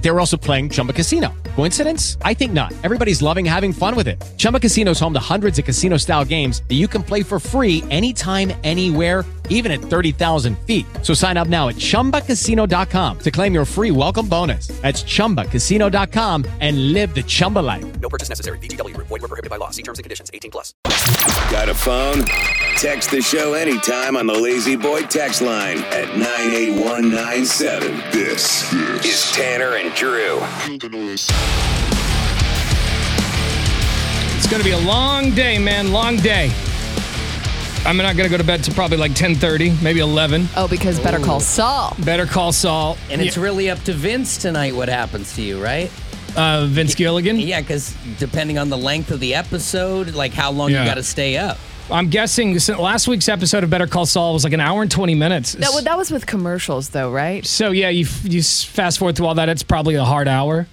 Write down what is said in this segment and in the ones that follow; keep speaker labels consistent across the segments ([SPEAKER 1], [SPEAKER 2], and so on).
[SPEAKER 1] They were also playing Chumba Casino. Coincidence? I think not. Everybody's loving having fun with it. Chumba Casino is home to hundreds of casino style games that you can play for free anytime, anywhere even at 30,000 feet. So sign up now at ChumbaCasino.com to claim your free welcome bonus. That's ChumbaCasino.com and live the Chumba life.
[SPEAKER 2] No purchase necessary. VGW Group. Void were prohibited by law. See terms and conditions. 18 plus.
[SPEAKER 3] Got a phone? Text the show anytime on the Lazy Boy text line at 98197. This is Tanner and Drew.
[SPEAKER 4] It's going to be a long day, man. Long day. I'm not going to go to bed till probably like 10:30, maybe 11.
[SPEAKER 5] Oh, because Better Call Saul.
[SPEAKER 4] Better call Saul.
[SPEAKER 6] And it's really up to Vince tonight what happens to you, right?
[SPEAKER 4] uh, Vince Gilligan.
[SPEAKER 6] Yeah, because depending on the length of the episode, like how long
[SPEAKER 4] Yeah.
[SPEAKER 6] you got to stay up.
[SPEAKER 4] I'm guessing since last week's episode of Better Call Saul was like an hour and 20 minutes.
[SPEAKER 5] That, wa- that was with commercials, though, right?
[SPEAKER 4] so yeah, you f- you s- fast forward through all that. It's probably a hard hour.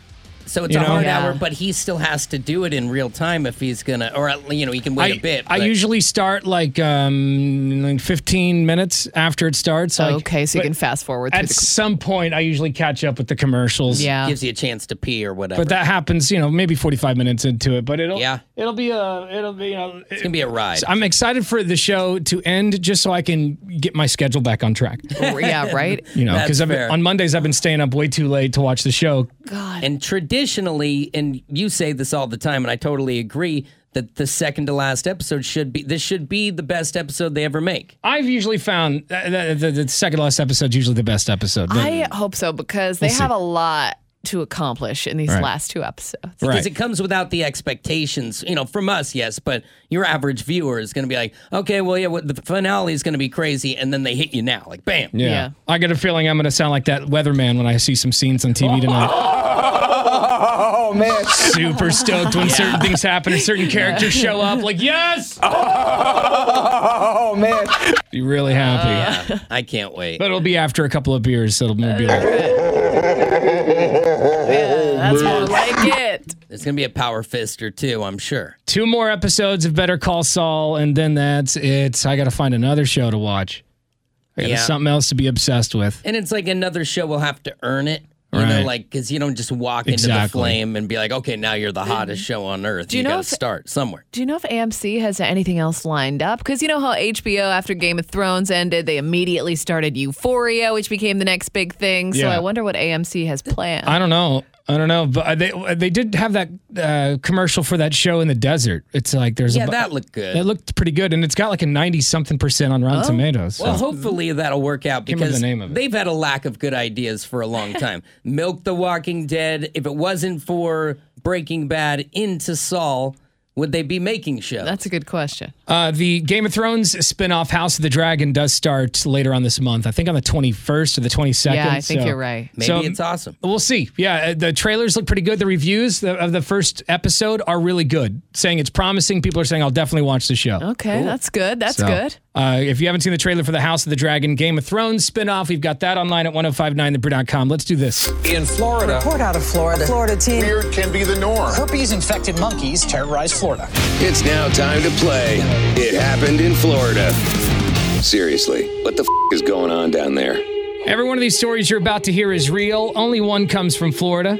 [SPEAKER 6] So it's
[SPEAKER 4] You
[SPEAKER 6] a
[SPEAKER 4] know?
[SPEAKER 6] hard
[SPEAKER 5] Yeah.
[SPEAKER 6] hour, but he still has to do it in real time if he's gonna, or at- you know, he can wait a
[SPEAKER 4] I,
[SPEAKER 6] bit.
[SPEAKER 4] I
[SPEAKER 6] but-
[SPEAKER 4] usually start like um like 15 minutes after it starts. like-
[SPEAKER 5] okay, so you
[SPEAKER 4] but
[SPEAKER 5] can fast forward through
[SPEAKER 4] At
[SPEAKER 5] the.
[SPEAKER 4] some point, I usually catch up with the commercials.
[SPEAKER 5] yeah.
[SPEAKER 6] gives you a chance to pee or whatever.
[SPEAKER 4] But that happens, you know, maybe 45 minutes into it. But it'll
[SPEAKER 6] Yeah.
[SPEAKER 4] it'll be a it'll be you know
[SPEAKER 6] it's gonna be a ride.
[SPEAKER 4] I'm excited for the show to end just so I can get my schedule back on track.
[SPEAKER 5] yeah, right?
[SPEAKER 4] You know,
[SPEAKER 6] That's
[SPEAKER 4] because
[SPEAKER 6] fair.
[SPEAKER 4] on Mondays I've been staying up way too late to watch the show.
[SPEAKER 6] And traditionally, and you say this all the time, and I totally agree that the second to last episode should be this should be the best episode they ever make.
[SPEAKER 4] I've usually found uh, the, the, the second last episode's usually the best episode. The-
[SPEAKER 5] I hope so because they have a lot to accomplish in these
[SPEAKER 4] Right.
[SPEAKER 5] last two episodes.
[SPEAKER 4] right.
[SPEAKER 6] because it comes without the expectations, you know, from us, yes, but your average viewer is going to be like, okay, well, yeah, what the finale is going to be crazy, and then they hit you now, like, bam.
[SPEAKER 4] yeah.
[SPEAKER 5] yeah.
[SPEAKER 4] I get a feeling I'm going to sound like that weatherman when I see some scenes on TV tonight. Oh, man. Super stoked when certain things happen and certain characters show up. Like, yes! Oh, man. Be really happy.
[SPEAKER 6] Uh, Yeah, I can't wait.
[SPEAKER 4] But it'll be after a couple of beers, so it'll be like,
[SPEAKER 5] That's more like it.
[SPEAKER 6] There's going to be a power fister too, I'm sure.
[SPEAKER 4] two more episodes of Better Call Saul, and then that's it. I got to find another show to watch. I got
[SPEAKER 6] Yeah.
[SPEAKER 4] something else to be obsessed with.
[SPEAKER 6] And it's like another show will have to earn it, you know,
[SPEAKER 4] Right.
[SPEAKER 6] like because you don't just walk into the
[SPEAKER 4] Exactly.
[SPEAKER 6] flame and be like, okay, now you're the hottest show on earth.
[SPEAKER 5] you
[SPEAKER 6] Mm-hmm. you
[SPEAKER 5] know
[SPEAKER 6] got
[SPEAKER 5] if-
[SPEAKER 6] to start somewhere.
[SPEAKER 5] Do you know if AMC has anything else lined up? Because you know how HBO, after Game of Thrones ended, they immediately started Euphoria, which became the next big thing. So
[SPEAKER 4] Yeah.
[SPEAKER 5] I wonder what AMC has planned.
[SPEAKER 4] I don't know. I don't know, but uh, they they did have that uh, commercial for that show in the desert. It's like there's
[SPEAKER 6] Yeah,
[SPEAKER 4] a, bu-
[SPEAKER 6] that looked good.
[SPEAKER 4] that looked pretty good, and it's got like a ninety something percent on Rotten Tomatoes. so-
[SPEAKER 6] Well, hopefully that'll work out
[SPEAKER 4] Can't remember
[SPEAKER 6] because
[SPEAKER 4] the name of it.
[SPEAKER 6] they've had a lack of good ideas for a long time. Milk the Walking Dead. If it wasn't for Breaking Bad into Saul, would they be making shows?
[SPEAKER 5] That's a good question.
[SPEAKER 4] Uh, the Game of Thrones spinoff House of the Dragon does start later on this month. I think on the 21st or the 22nd.
[SPEAKER 5] Yeah, I think
[SPEAKER 4] so-
[SPEAKER 5] you're right.
[SPEAKER 6] Maybe
[SPEAKER 4] so-
[SPEAKER 6] it's awesome.
[SPEAKER 4] We'll see. Yeah, uh, the trailers look pretty good. The reviews the- of the first episode are really good, saying it's promising. People are saying, I'll definitely watch the show.
[SPEAKER 5] Okay, that's good. That's
[SPEAKER 4] So,
[SPEAKER 5] good.
[SPEAKER 4] Uh, if you haven't seen the trailer for the House of the Dragon Game of Thrones spinoff, we've got that online at 1059thebrew.com. Let's do this.
[SPEAKER 7] in Florida.
[SPEAKER 8] Report out of Florida. Florida team.
[SPEAKER 9] Weird can be the norm.
[SPEAKER 7] Herpes infected monkeys terrorize Florida.
[SPEAKER 3] It's now time to play. It happened in Florida. Seriously, what the f- is going on down there?
[SPEAKER 4] Every one of these stories you're about to hear is real. Only one comes from Florida.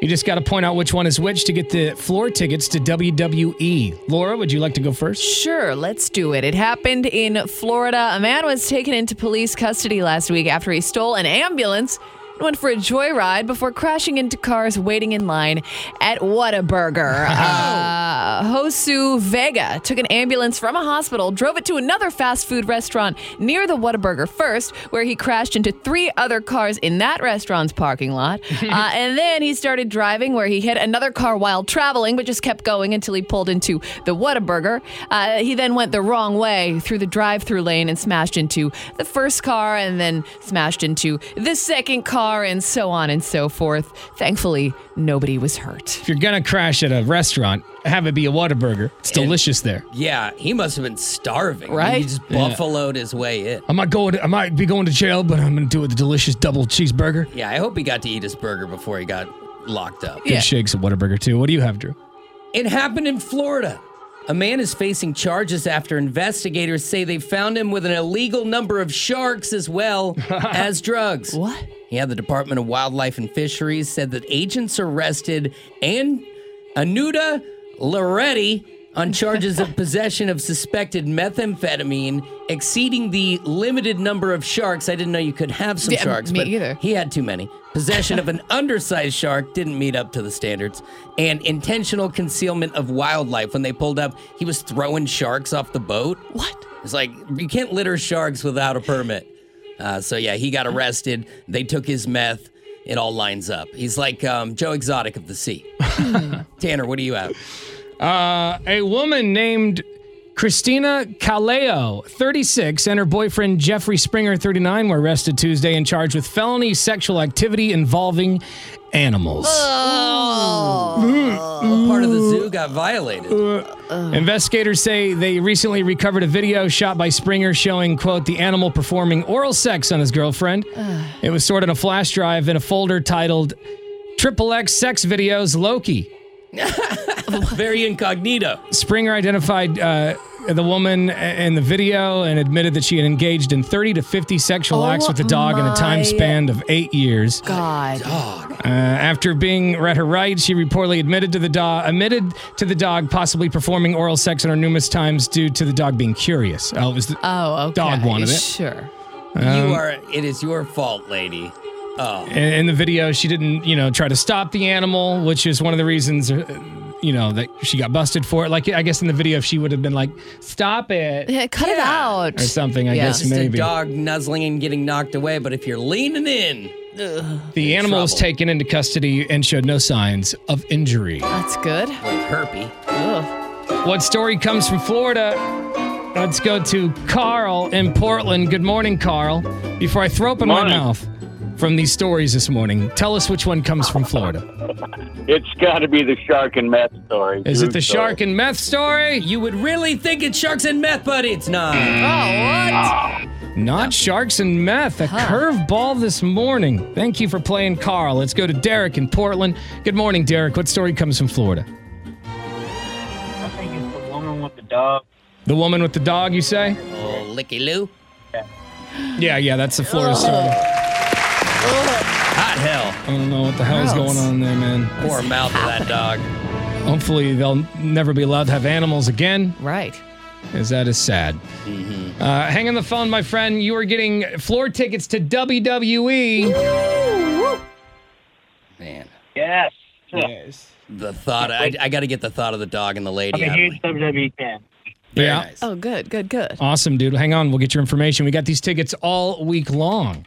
[SPEAKER 4] You just got to point out which one is which to get the floor tickets to WWE. Laura, would you like to go first?
[SPEAKER 5] Sure, let's do it. It happened in Florida. A man was taken into police custody last week after he stole an ambulance and went for a joyride before crashing into cars waiting in line at Whataburger. Uh, Josu Vega took an ambulance from a hospital, drove it to another fast food restaurant near the Whataburger first, where he crashed into three other cars in that restaurant's parking lot. Uh, and then he started driving where he hit another car while traveling, but just kept going until he pulled into the Whataburger. Uh, he then went the wrong way through the drive through lane and smashed into the first car and then smashed into the second car and so on and so forth. Thankfully, nobody was hurt.
[SPEAKER 4] If you're going to crash at a restaurant, have it be a Whataburger. It's delicious there.
[SPEAKER 6] Yeah, he must have been starving.
[SPEAKER 5] Right?
[SPEAKER 6] He just buffaloed his way in.
[SPEAKER 4] I might go. I might be going to jail, but I'm gonna do it with a delicious double cheeseburger.
[SPEAKER 6] Yeah, I hope he got to eat his burger before he got locked up.
[SPEAKER 4] Good shakes at Whataburger too. What do you have, Drew?
[SPEAKER 6] It happened in Florida. A man is facing charges after investigators say they found him with an illegal number of sharks as well as drugs.
[SPEAKER 5] What?
[SPEAKER 6] Yeah, the Department of Wildlife and Fisheries said that agents arrested An- Anuta Loretti on charges of possession of suspected methamphetamine exceeding the limited number of sharks. I didn't know you could have some
[SPEAKER 5] Yeah,
[SPEAKER 6] sharks.
[SPEAKER 5] me
[SPEAKER 6] but
[SPEAKER 5] either.
[SPEAKER 6] He had too many. Possession of an undersized shark didn't meet up to the standards. And intentional concealment of wildlife. When they pulled up, he was throwing sharks off the boat.
[SPEAKER 5] What?
[SPEAKER 6] It's like you can't litter sharks without a permit. Uh, so yeah, he got arrested. They took his meth. It all lines up. He's like um, Joe Exotic of the sea. Tanner, what do you have?
[SPEAKER 4] Uh, A woman named Christina Caleo, 36, and her boyfriend Jeffrey Springer, 39, were arrested Tuesday and charged with felony sexual activity involving animals.
[SPEAKER 6] Part of the zoo got violated.
[SPEAKER 4] Investigators say they recently recovered a video shot by Springer showing, quote, the animal performing oral sex on his girlfriend. it was stored on a flash drive in a folder titled Triple X Sex Videos Loki.
[SPEAKER 6] Very incognito.
[SPEAKER 4] Springer identified uh, the woman in the video and admitted that she had engaged in 30 to 50 sexual
[SPEAKER 5] Oh
[SPEAKER 4] acts with the dog in a
[SPEAKER 5] my-
[SPEAKER 4] time span of eight years.
[SPEAKER 5] God.
[SPEAKER 4] Uh, after being read her rights, she reportedly admitted to the dog admitted to the dog possibly performing oral sex on her numerous times due to the dog being curious. Oh, it was the
[SPEAKER 5] Oh, okay.
[SPEAKER 4] Dog wanted it.
[SPEAKER 5] Sure.
[SPEAKER 6] you are. It is your fault, lady.
[SPEAKER 4] in, in the video she didn't you know try to stop the animal, which is one of the reasons. uh, You know that she got busted for it. Like I guess in the video, if she would have been like, "Stop it,"
[SPEAKER 5] Yeah, cut it out.
[SPEAKER 4] or something. I
[SPEAKER 5] Yeah.
[SPEAKER 4] guess
[SPEAKER 6] Just
[SPEAKER 4] maybe
[SPEAKER 6] a dog nuzzling and getting knocked away. But if you're leaning in,
[SPEAKER 4] the animal was
[SPEAKER 6] trouble.
[SPEAKER 4] taken into custody and showed no signs of injury.
[SPEAKER 5] That's good.
[SPEAKER 6] like herpy.
[SPEAKER 5] Ugh.
[SPEAKER 4] What story comes from Florida? Let's go to Carl in Portland. Good morning, Carl. Before I throw up in
[SPEAKER 8] Morning.
[SPEAKER 4] my mouth from these stories this morning, tell us which one comes from Florida.
[SPEAKER 8] It's got to be the shark and meth story.
[SPEAKER 4] Is it the
[SPEAKER 8] True
[SPEAKER 4] shark and meth story?
[SPEAKER 6] You would really think it's sharks and meth, but it's not.
[SPEAKER 4] Mm.
[SPEAKER 5] Oh,
[SPEAKER 4] Not sharks and meth. A curveball this morning. Thank you for playing, Carl. Let's go to Derek in Portland. Good morning, Derek. What story comes from Florida?
[SPEAKER 8] I think it's the woman with the dog.
[SPEAKER 4] The woman with the dog, you say?
[SPEAKER 6] Oh, licky loo.
[SPEAKER 4] Yeah, yeah, that's the Florida story.
[SPEAKER 6] Hot Ah, hell.
[SPEAKER 4] I don't know what the hell is
[SPEAKER 5] Gross.
[SPEAKER 4] going on there, man.
[SPEAKER 6] Poor mouth of that dog.
[SPEAKER 4] Hopefully, they'll never be allowed to have animals again.
[SPEAKER 5] what? Right.
[SPEAKER 4] Is that is sad.
[SPEAKER 6] Mm-hmm.
[SPEAKER 4] Uh, hang on the phone, my friend. You are getting floor tickets to E. WWE.
[SPEAKER 6] Man.
[SPEAKER 8] Yes.
[SPEAKER 6] The thought, I, I got to get the thought of the dog and the lady.
[SPEAKER 8] I'm a
[SPEAKER 6] out of
[SPEAKER 8] huge
[SPEAKER 6] me.
[SPEAKER 8] WWE fan.
[SPEAKER 6] Very
[SPEAKER 4] Yeah.
[SPEAKER 6] nice.
[SPEAKER 5] Oh, good, good, good.
[SPEAKER 4] Awesome, dude. Hang on. We'll get your information. We got these tickets all week long.